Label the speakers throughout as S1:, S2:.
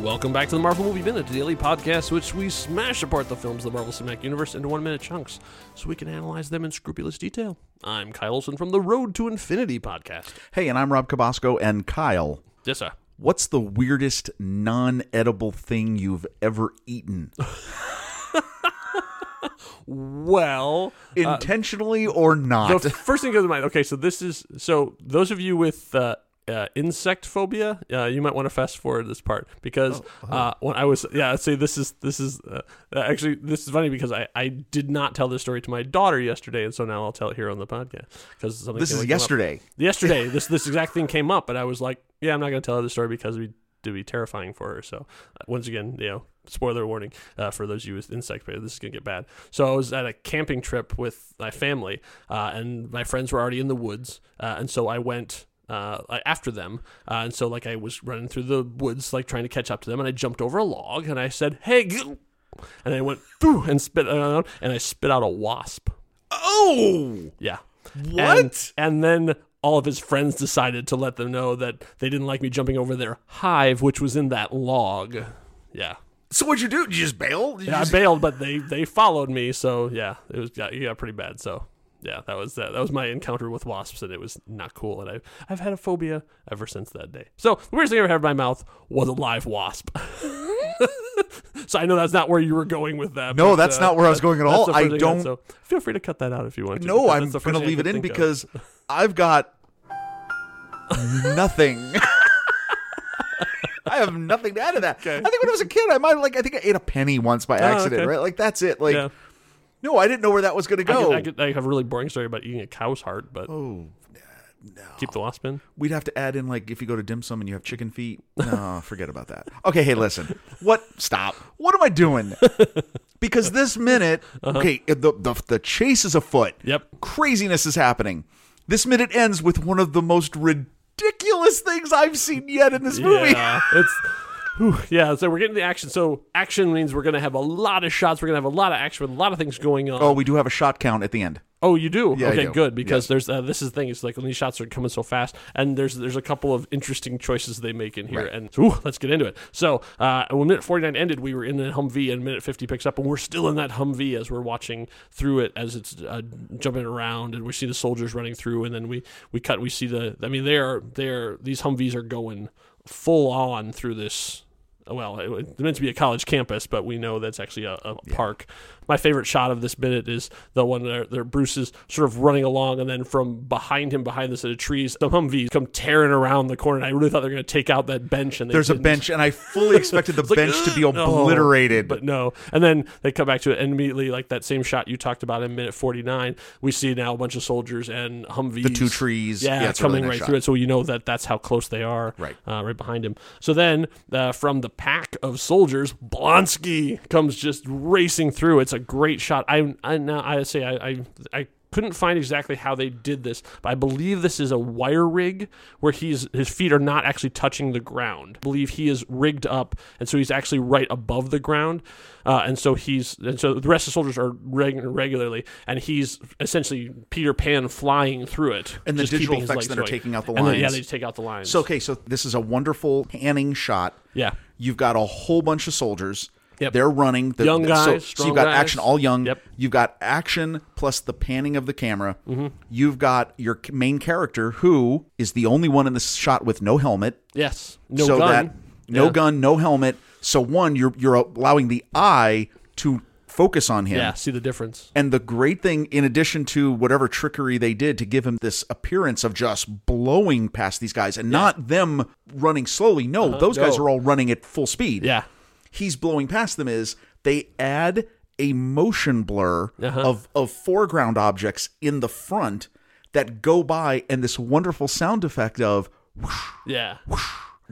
S1: Welcome back to the Marvel Movie Minute, the daily podcast which we smash apart the films of the Marvel Cinematic Universe into one minute chunks so we can analyze them in scrupulous detail. I'm Kyle Olson from the Road to Infinity podcast.
S2: Hey, and I'm Rob Cabasco and Kyle.
S1: Yes, sir.
S2: What's the weirdest non edible thing you've ever eaten?
S1: Well,
S2: Intentionally or
S1: the
S2: not?
S1: first thing that comes to mind. Okay, so this is so those of you with uh, uh, insect phobia, uh, you might want to fast forward this part because uh, when I was yeah, see this is this is uh, uh, actually this is funny because I I did not tell this story to my daughter yesterday, and so now I'll tell it here on the podcast because something
S2: this
S1: came-
S2: is
S1: came up.
S2: yesterday.
S1: yesterday this this exact thing came up and i was like yeah i'm not going to tell her the story because it'd be, it'd be terrifying for her so uh, once again you know spoiler warning uh, for those of you with insect phobia this is going to get bad so i was at a camping trip with my family uh, and my friends were already in the woods uh, and so i went uh, I- after them, uh, and so like I was running through the woods, like trying to catch up to them, and I jumped over a log, and I said, "Hey!" g-" and I went "Phew," and spit out, and I spit out a wasp.
S2: Oh!
S1: Yeah.
S2: What?
S1: And, and then all of his friends decided to let them know that they didn't like me jumping over their hive, which was in that log. Yeah.
S2: So what'd you do? Did you just bail? Did you
S1: Yeah, I
S2: just-
S1: bailed, but they, they followed me, so yeah, it was got, it got pretty bad. So yeah, that was that. That was my encounter with wasps, and it was not cool. And I I've had a phobia ever since that day. So the weirdest thing I ever had in my mouth was a live wasp. so I know that's not where you were going with that.
S2: No,
S1: but,
S2: that's not where I was going at
S1: that's
S2: all.
S1: the
S2: I
S1: first thing had,
S2: don't-
S1: so feel free to cut that out if you want. to.
S2: no,
S1: because
S2: I'm
S1: that's the
S2: going
S1: first
S2: to
S1: thing I
S2: leave it
S1: could
S2: in
S1: think of.
S2: because I've got nothing. I have nothing to add to that. I think when I was a kid, I might like I think I ate a penny once by accident,
S1: okay.
S2: right? Like that's it. Like
S1: Yeah.
S2: no, I didn't know where that was going to
S1: I,
S2: go.
S1: could, I, could, I have a really boring story about eating a cow's heart, but keep the wasp in.
S2: We'd have to add in like if you go to dim sum and you have chicken feet. No, forget about that. Okay, hey, listen. What? Stop. What am I doing? Because this minute, okay, uh, the, the the chase is afoot.
S1: Uh-huh. Yep.
S2: Craziness is happening. This minute ends with one of the most ridiculous things I've seen yet in this movie.
S1: Yeah, it's. whew, yeah, so we're getting the action. So action means we're gonna have a lot of shots. We're gonna have a lot of action with a lot of things going on.
S2: Oh, we do have a shot count at the end.
S1: Oh, you do?
S2: Yeah, I
S1: okay,
S2: do.
S1: good because there's uh, this is the thing. It's like when these shots are coming so fast, and there's there's a couple of interesting choices they make in here. And ooh, let's get into it. So uh, when minute 49 ended, we were in the Humvee, and minute 50 picks up, and we're still in that Humvee as we're watching through it as it's uh, jumping around, and we see the soldiers running through, and then we we cut. We see the. I mean, they are they are these Humvees are going full on through this well, it- it's meant to be a college campus, but we know that's actually a, a park. My favorite shot of this minute is the one where, where Bruce is sort of running along, and then from behind him, behind the set of trees, the Humvees come tearing around the corner. And I really thought they were going to take out that bench, and they
S2: There's a
S1: didn't.
S2: bench, and I fully expected the
S1: It's like,
S2: bench to be
S1: "Ugh, no,"
S2: obliterated.
S1: but no. And then they come back to it, and immediately, like that same shot you talked about in minute 49, we see now a bunch of soldiers and Humvees, the
S2: two trees.
S1: yeah,
S2: Yeah, it's a really
S1: coming
S2: nice
S1: right
S2: shot.
S1: through it. So you know that that's how close they are,
S2: Right.
S1: uh, right behind him. So then, uh, from the pack of soldiers, Blonsky comes just racing through. It's a great shot. I, I now I say I. I, I couldn't find exactly how they did this, but I believe this is a wire rig where he's his feet are not actually touching the ground. I believe he is rigged up, and so he's actually right above the ground, uh, and so he's and so the rest of the soldiers are reg- regularly, and he's essentially Peter Pan flying through it
S2: And the
S1: just
S2: digital
S1: keeping his
S2: effects
S1: legs
S2: that are
S1: going.
S2: taking out the
S1: And then- yeah,
S2: lines.
S1: they just take out the lines.
S2: So okay, so this is a wonderful panning shot.
S1: Yeah.
S2: You've got a whole bunch of soldiers.
S1: Yep.
S2: They're running. The,
S1: Young
S2: the- So,
S1: guys,
S2: so
S1: strong
S2: you've got
S1: guys.
S2: action all young.
S1: Yep.
S2: You've got action plus the panning of the camera.
S1: Mm-hmm.
S2: You've got your c- main character who is the only one in this shot with no helmet.
S1: yes, no
S2: so
S1: gun.
S2: that no
S1: Yeah.
S2: gun, no helmet. So one, you're you're allowing the eye to focus on him.
S1: Yeah, see the difference.
S2: And the great thing, in addition to whatever trickery they did to give him this appearance of just blowing past these guys and not them running slowly, no, those guys
S1: Uh-huh. no.
S2: are all running at full speed.
S1: Yeah.
S2: He's blowing past them, is they add a motion blur
S1: Uh-huh.
S2: of, of foreground objects in the front that go by and this wonderful sound effect of
S1: Yeah.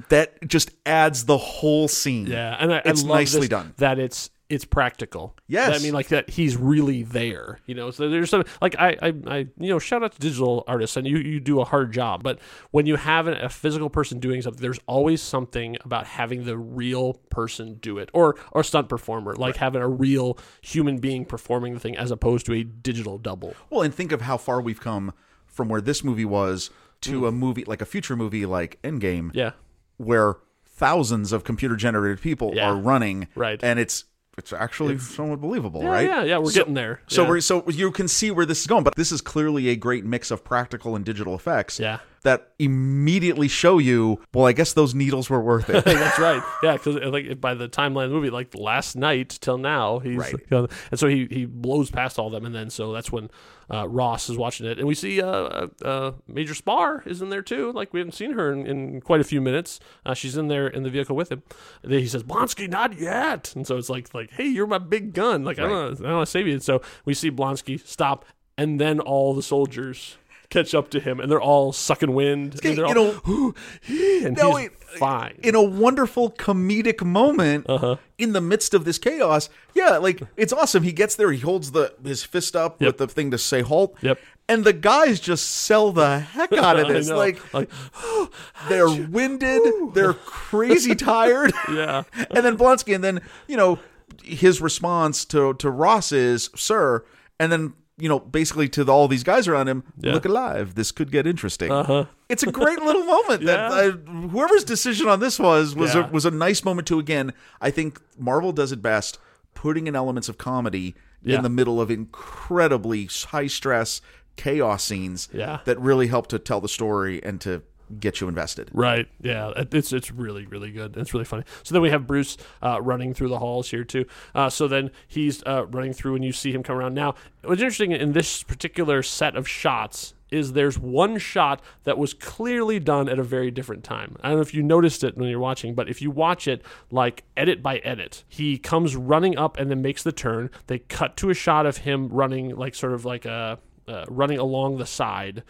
S2: that just adds the whole scene.
S1: Yeah, and I, I
S2: It's
S1: love
S2: nicely
S1: this-
S2: done.
S1: That it's it's practical.
S2: Yes.
S1: I mean like that he's really there. You know, so there's some like I, I I you know shout out to digital artists and you you do a hard job, but when you have an, a physical person doing something, there's always something about having the real person do it or or stunt performer like having a real human being performing the thing as opposed to a digital double.
S2: Well, and think of how far we've come from where this movie was to a movie like a future movie like Endgame.
S1: Mm. Yeah.
S2: where thousands of computer generated people
S1: Yeah.
S2: are running.
S1: Right.
S2: And it's it's actually somewhat believable,
S1: Yeah,
S2: right?
S1: Oh, yeah, yeah, we're
S2: So-
S1: getting there.
S2: So
S1: Yeah.
S2: we're so you can see where this is going, but this is clearly a great mix of practical and digital effects
S1: Yeah.
S2: that immediately show you, well, I guess those needles were worth it.
S1: Hey, that's right. Yeah, because like by the timeline of the movie, like last night till now, he's
S2: Right.
S1: and so he he blows past all of them, and then so that's when uh, Ross is watching it, and we see uh, uh, uh, Major Spar is in there too. Like we haven't seen her in, in quite a few minutes. Uh, she's in there in the vehicle with him. And then he says, "Blonsky, not yet." And so it's like like, hey, you're my big gun. Like I don't know, I want to save you. And so we see Blonsky stop, and then all the soldiers. Catch up to him, and they're all sucking wind. and they're
S2: you
S1: all,
S2: know-
S1: and
S2: No,
S1: he's
S2: it-
S1: fine.
S2: in a wonderful comedic moment
S1: Uh-huh.
S2: in the midst of this chaos. Yeah, like it's awesome. He gets there, he holds the his fist up with the thing to say halt.
S1: Yep.
S2: And the guys just sell the heck out of
S1: I
S2: this.
S1: know.
S2: Like they're winded, they're crazy tired.
S1: yeah,
S2: and then Blonsky, and then you know his response to to Ross is "Sir," and then you know basically to the, all these guys around him, "Look alive, this could get interesting." Uh-huh. It's a great little moment that uh, whoever's decision on this was was
S1: Yeah.
S2: a, was a nice moment to again. I think Marvel does it best, putting in elements of comedy
S1: Yeah.
S2: in the middle of incredibly high stress chaos scenes
S1: Yeah.
S2: that really help to tell the story and to get you invested.
S1: Right. Yeah. it- It's it's really really good. It's really funny. So then we have Bruce uh, running through the halls here too. Uh, so then he's uh, running through, and you see him come around. Now, what's interesting in this particular set of shots is there's one shot that was clearly done at a very different time. I don't know if you noticed it when you're watching, but if you watch it like edit by edit, he comes running up and then makes the turn. They cut to a shot of him running like sort of like a uh, running along the side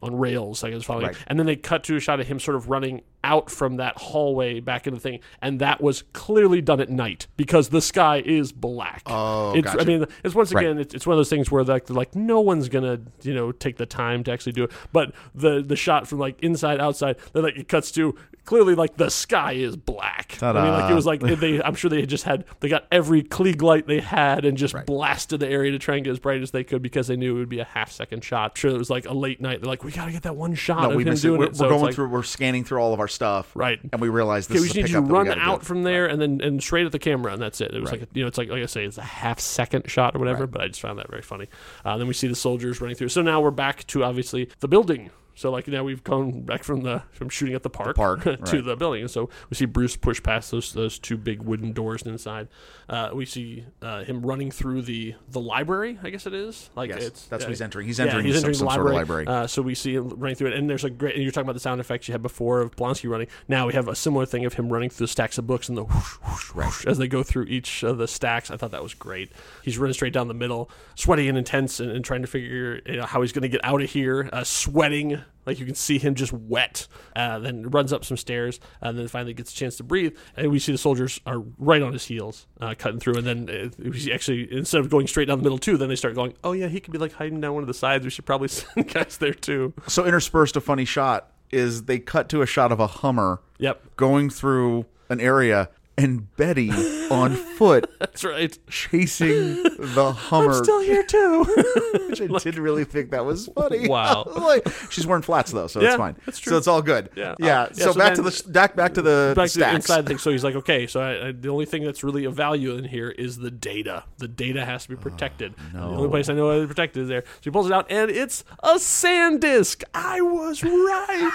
S1: on rails, I guess, following. And then they cut to a shot of him sort of running out from that hallway back into the thing, and that was clearly done at night because the sky is black.
S2: Oh,
S1: it's, I
S2: gotcha.
S1: mean, it's once again, it's, it's one of those things where like, they're like no one's gonna you know take the time to actually do it. But the the shot from like inside outside, then like it cuts to clearly like the sky is black. I mean, like it was like they, I'm sure they had just had they got every Klieg light they had and just blasted the area to try and get as bright as they could because they knew it would be a half second shot. Sure, it was like a late night. They're like, we gotta get that one shot
S2: No,
S1: of
S2: we
S1: him
S2: missed it.
S1: doing
S2: We're,
S1: it. So
S2: we're
S1: it's
S2: going
S1: like,
S2: through. We're scanning through all of our stuff,
S1: Right.
S2: And we realize this
S1: Okay, we
S2: is
S1: just
S2: a
S1: need you to
S2: pickup that we
S1: run
S2: gotta do.
S1: out from there and then and straight at the camera, and that's it. It was like a, you know, it's like like I say, it's a half second shot or whatever. But I just found that very funny. Uh, then we see the soldiers running through. So now we're back to obviously the building. So like now we've come back from the from shooting at the park,
S2: park,
S1: to
S2: right.
S1: the building. And so we see Bruce push past those those two big wooden doors inside. Uh, we see uh, him running through the the library. I guess it is like
S2: Yes,
S1: it's uh,
S2: that's
S1: yeah,
S2: what he's entering. He's entering, some,
S1: the
S2: some sort of library.
S1: uh, so we see him running through it, and there's a great. And you're talking about the sound effects you had before of Blonsky running. Now we have a similar thing of him running through the stacks of books and the whoosh, whoosh, whoosh as they go through each of the stacks. I thought that was great. He's running straight down the middle, sweaty and intense, and, and trying to figure you know, how he's going to get out of here. Uh, sweating, like you can see him just wet. Uh, then runs up some stairs, and then finally gets a chance to breathe. And we see the soldiers are right on his heels, uh, cutting through. And then uh, we see actually instead of going straight down the middle too, then they start going, "Oh yeah, he could be like hiding down one of the sides. We should probably send guys there too."
S2: so interspersed a funny shot is they cut to a shot of a Hummer
S1: Yep,
S2: going through an area and Betty on foot
S1: that's right.
S2: chasing the Hummer,
S1: Still here too.
S2: which I didn't really think that was funny.
S1: Wow.
S2: like she's wearing flats though, so
S1: Yeah,
S2: it's fine.
S1: that's
S2: So
S1: true.
S2: it's all good.
S1: Yeah.
S2: Yeah.
S1: Uh, yeah,
S2: so,
S1: so
S2: back to
S1: then-
S2: the s- back back to the
S1: back to the
S2: stacks.
S1: inside thing. So he's like, okay, so I, I, the only thing that's really of value in here is the data. The data has
S2: Oh,
S1: to be protected. And the only place I know it's protected is there. So he pulls it out, and it's a SanDisk. I was right.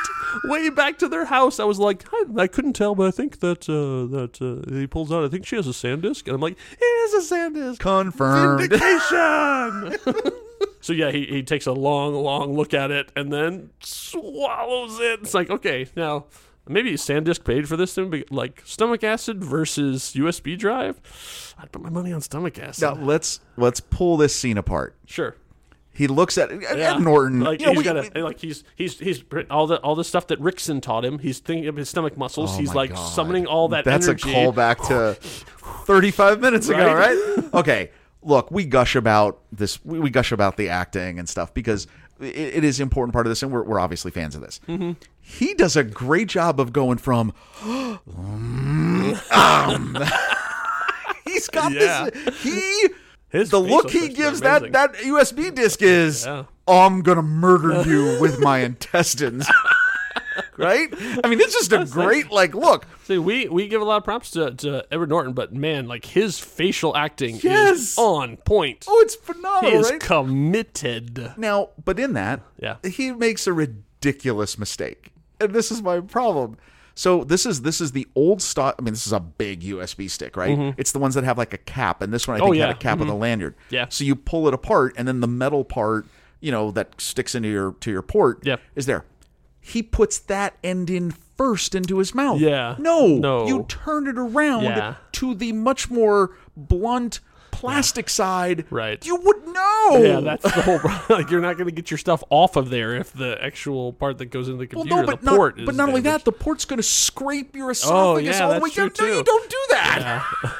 S1: Way back to their house, I was like, I, I couldn't tell, but I think that uh, that uh, he pulls out. I think she has a SanDisk, and I'm like, it is a SanDisk.
S2: Confirmed.
S1: Vindication. so yeah, he, he takes a long, long look at it and then swallows it. It's like, okay, now maybe SanDisk paid for this thing, but like stomach acid versus USB drive. I'd put my money on stomach acid.
S2: Now let's let's pull this scene apart.
S1: Sure.
S2: He looks at Ed
S1: Yeah.
S2: Norton.
S1: Like
S2: you know,
S1: he's
S2: we-
S1: gotta- like he's he's he's all the all the stuff that Rickson taught him. He's thinking of his stomach muscles.
S2: Oh
S1: he's
S2: my
S1: like
S2: God.
S1: summoning all that.
S2: That's
S1: energy.
S2: a callback to 35 minutes ago,
S1: Right?
S2: right? Okay. Look, we gush about this. We, we gush about the acting and stuff because it, it is an important part of this, and we're, we're obviously fans of this.
S1: Mm-hmm.
S2: He does a great job of going from. Mm, um. He's got
S1: Yeah.
S2: this. He.
S1: His facial
S2: the look he
S1: expressions are
S2: gives that
S1: amazing.
S2: that USB disc is
S1: Yeah.
S2: I'm gonna murder you with my intestines. right? I mean, it's just a great like look.
S1: See, we we give a lot of props to, to Edward Norton, but man, like his facial acting
S2: Yes.
S1: is on point.
S2: Oh, it's
S1: he
S2: phenomenal,
S1: is
S2: right?
S1: committed.
S2: Now, but in that,
S1: Yeah.
S2: he makes a ridiculous mistake, and this is my problem. So this is this is the old stock. I mean, this is a big USB stick, right? It's the ones that have like a cap, and this one I
S1: Mm-hmm.
S2: think
S1: Oh, yeah. Mm-hmm.
S2: had a cap with a lanyard.
S1: Yeah.
S2: So you pull it apart, and then the metal part, you know, that sticks into your to your port,
S1: Yep.
S2: is there. He puts that end in first into his mouth.
S1: Yeah.
S2: No.
S1: No.
S2: You turn it around
S1: Yeah.
S2: to the much more blunt plastic side.
S1: Right.
S2: You would know.
S1: Yeah, that's the whole. pro- like, you're not going to get your stuff off of there if the actual part that goes into the
S2: Well,
S1: computer,
S2: no, but
S1: the port,
S2: not,
S1: is
S2: but not only
S1: damaged. Oh,
S2: that, the port's going to scrape your esophagus
S1: yeah,
S2: all the
S1: that's
S2: way down.
S1: true,
S2: No, you
S1: too.
S2: don't do that.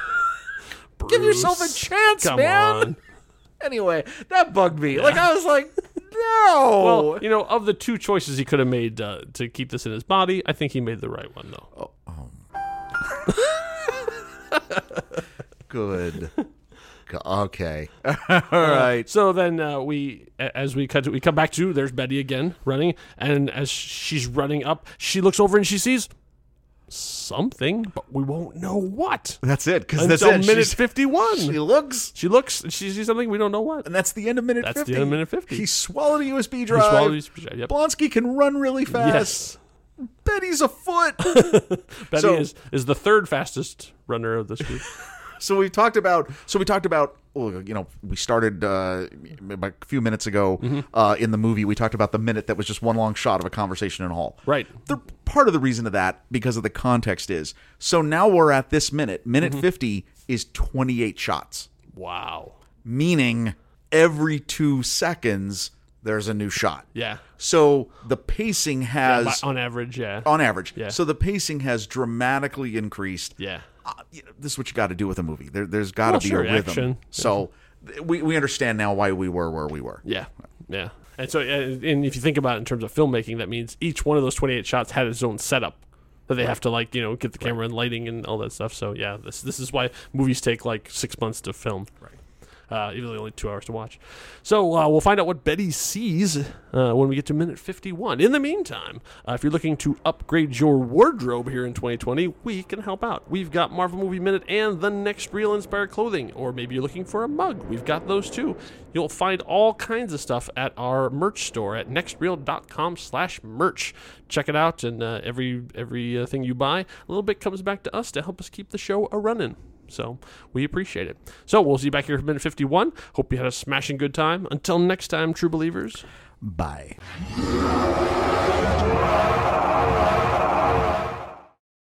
S2: Give yourself a
S1: Bruce,
S2: chance,
S1: Come
S2: man.
S1: on.
S2: Anyway, that bugged me. Like I was like, no.
S1: Well, you know, of the two choices he could have made uh, to keep this in his body, I think he made the right one though.
S2: Oh. Good. Go- Okay. all right.
S1: So then uh, we, a- as we cut, to, we come back to there's Betty again running, and as she's running up, she looks over and she sees something, but we won't know what
S2: That's it. Because that's
S1: until
S2: it.
S1: minute
S2: She's-
S1: fifty one.
S2: She
S1: She,
S2: looks,
S1: looks, and she sees something we don't know what.
S2: and that's the end of minute
S1: That's the
S2: 50.
S1: end of minute 50.
S2: He swallowed a USB drive.
S1: He swallowed his- yep.
S2: Blonsky can run really fast.
S1: Yes,
S2: Betty's a foot.
S1: Betty
S2: So-
S1: is is the third fastest runner of this group.
S2: so we talked about so we talked about well, you know we started uh, about a few minutes ago
S1: Mm-hmm.
S2: uh, in the movie we talked about the minute that was just one long shot of a conversation in a hall
S1: Right.
S2: the part of the reason of that because of the context is so now we're at this minute minute
S1: Mm-hmm.
S2: 50 is 28 shots
S1: wow.
S2: meaning every two seconds there's a new shot
S1: Yeah.
S2: so the pacing has
S1: By- on average, yeah.
S2: on average so the pacing has dramatically increased
S1: yeah.
S2: uh, you know, this is what you got to do with a movie. There, there's got to
S1: Well,
S2: be
S1: sure,
S2: a rhythm.
S1: action.
S2: So th- we, we understand now why we were where we were.
S1: Yeah, yeah. And so, uh, and if you think about it in terms of filmmaking, that means each one of those 28 shots had its own setup that they have to like you know get the camera and lighting and all that stuff. So yeah, this this is why movies take like six months to film. Right. Uh, even though only two hours to watch. So uh, we'll find out what Betty sees uh, when we get to minute 51. In the meantime, uh, if you're looking to upgrade your wardrobe here in 2020, we can help out. We've got Marvel Movie Minute and the next Real Inspired Clothing, or maybe you're looking for a mug. We've got those too. You'll find all kinds of stuff at our merch store at nextreel.com slash merch. Check it out, and uh, every, every uh, thing you buy, a little bit comes back to us to help us keep the show a-running. So we appreciate it. So we'll see you back here for minute 51. Hope you had a smashing good time. Until next time, true believers.
S2: Bye.
S3: Thank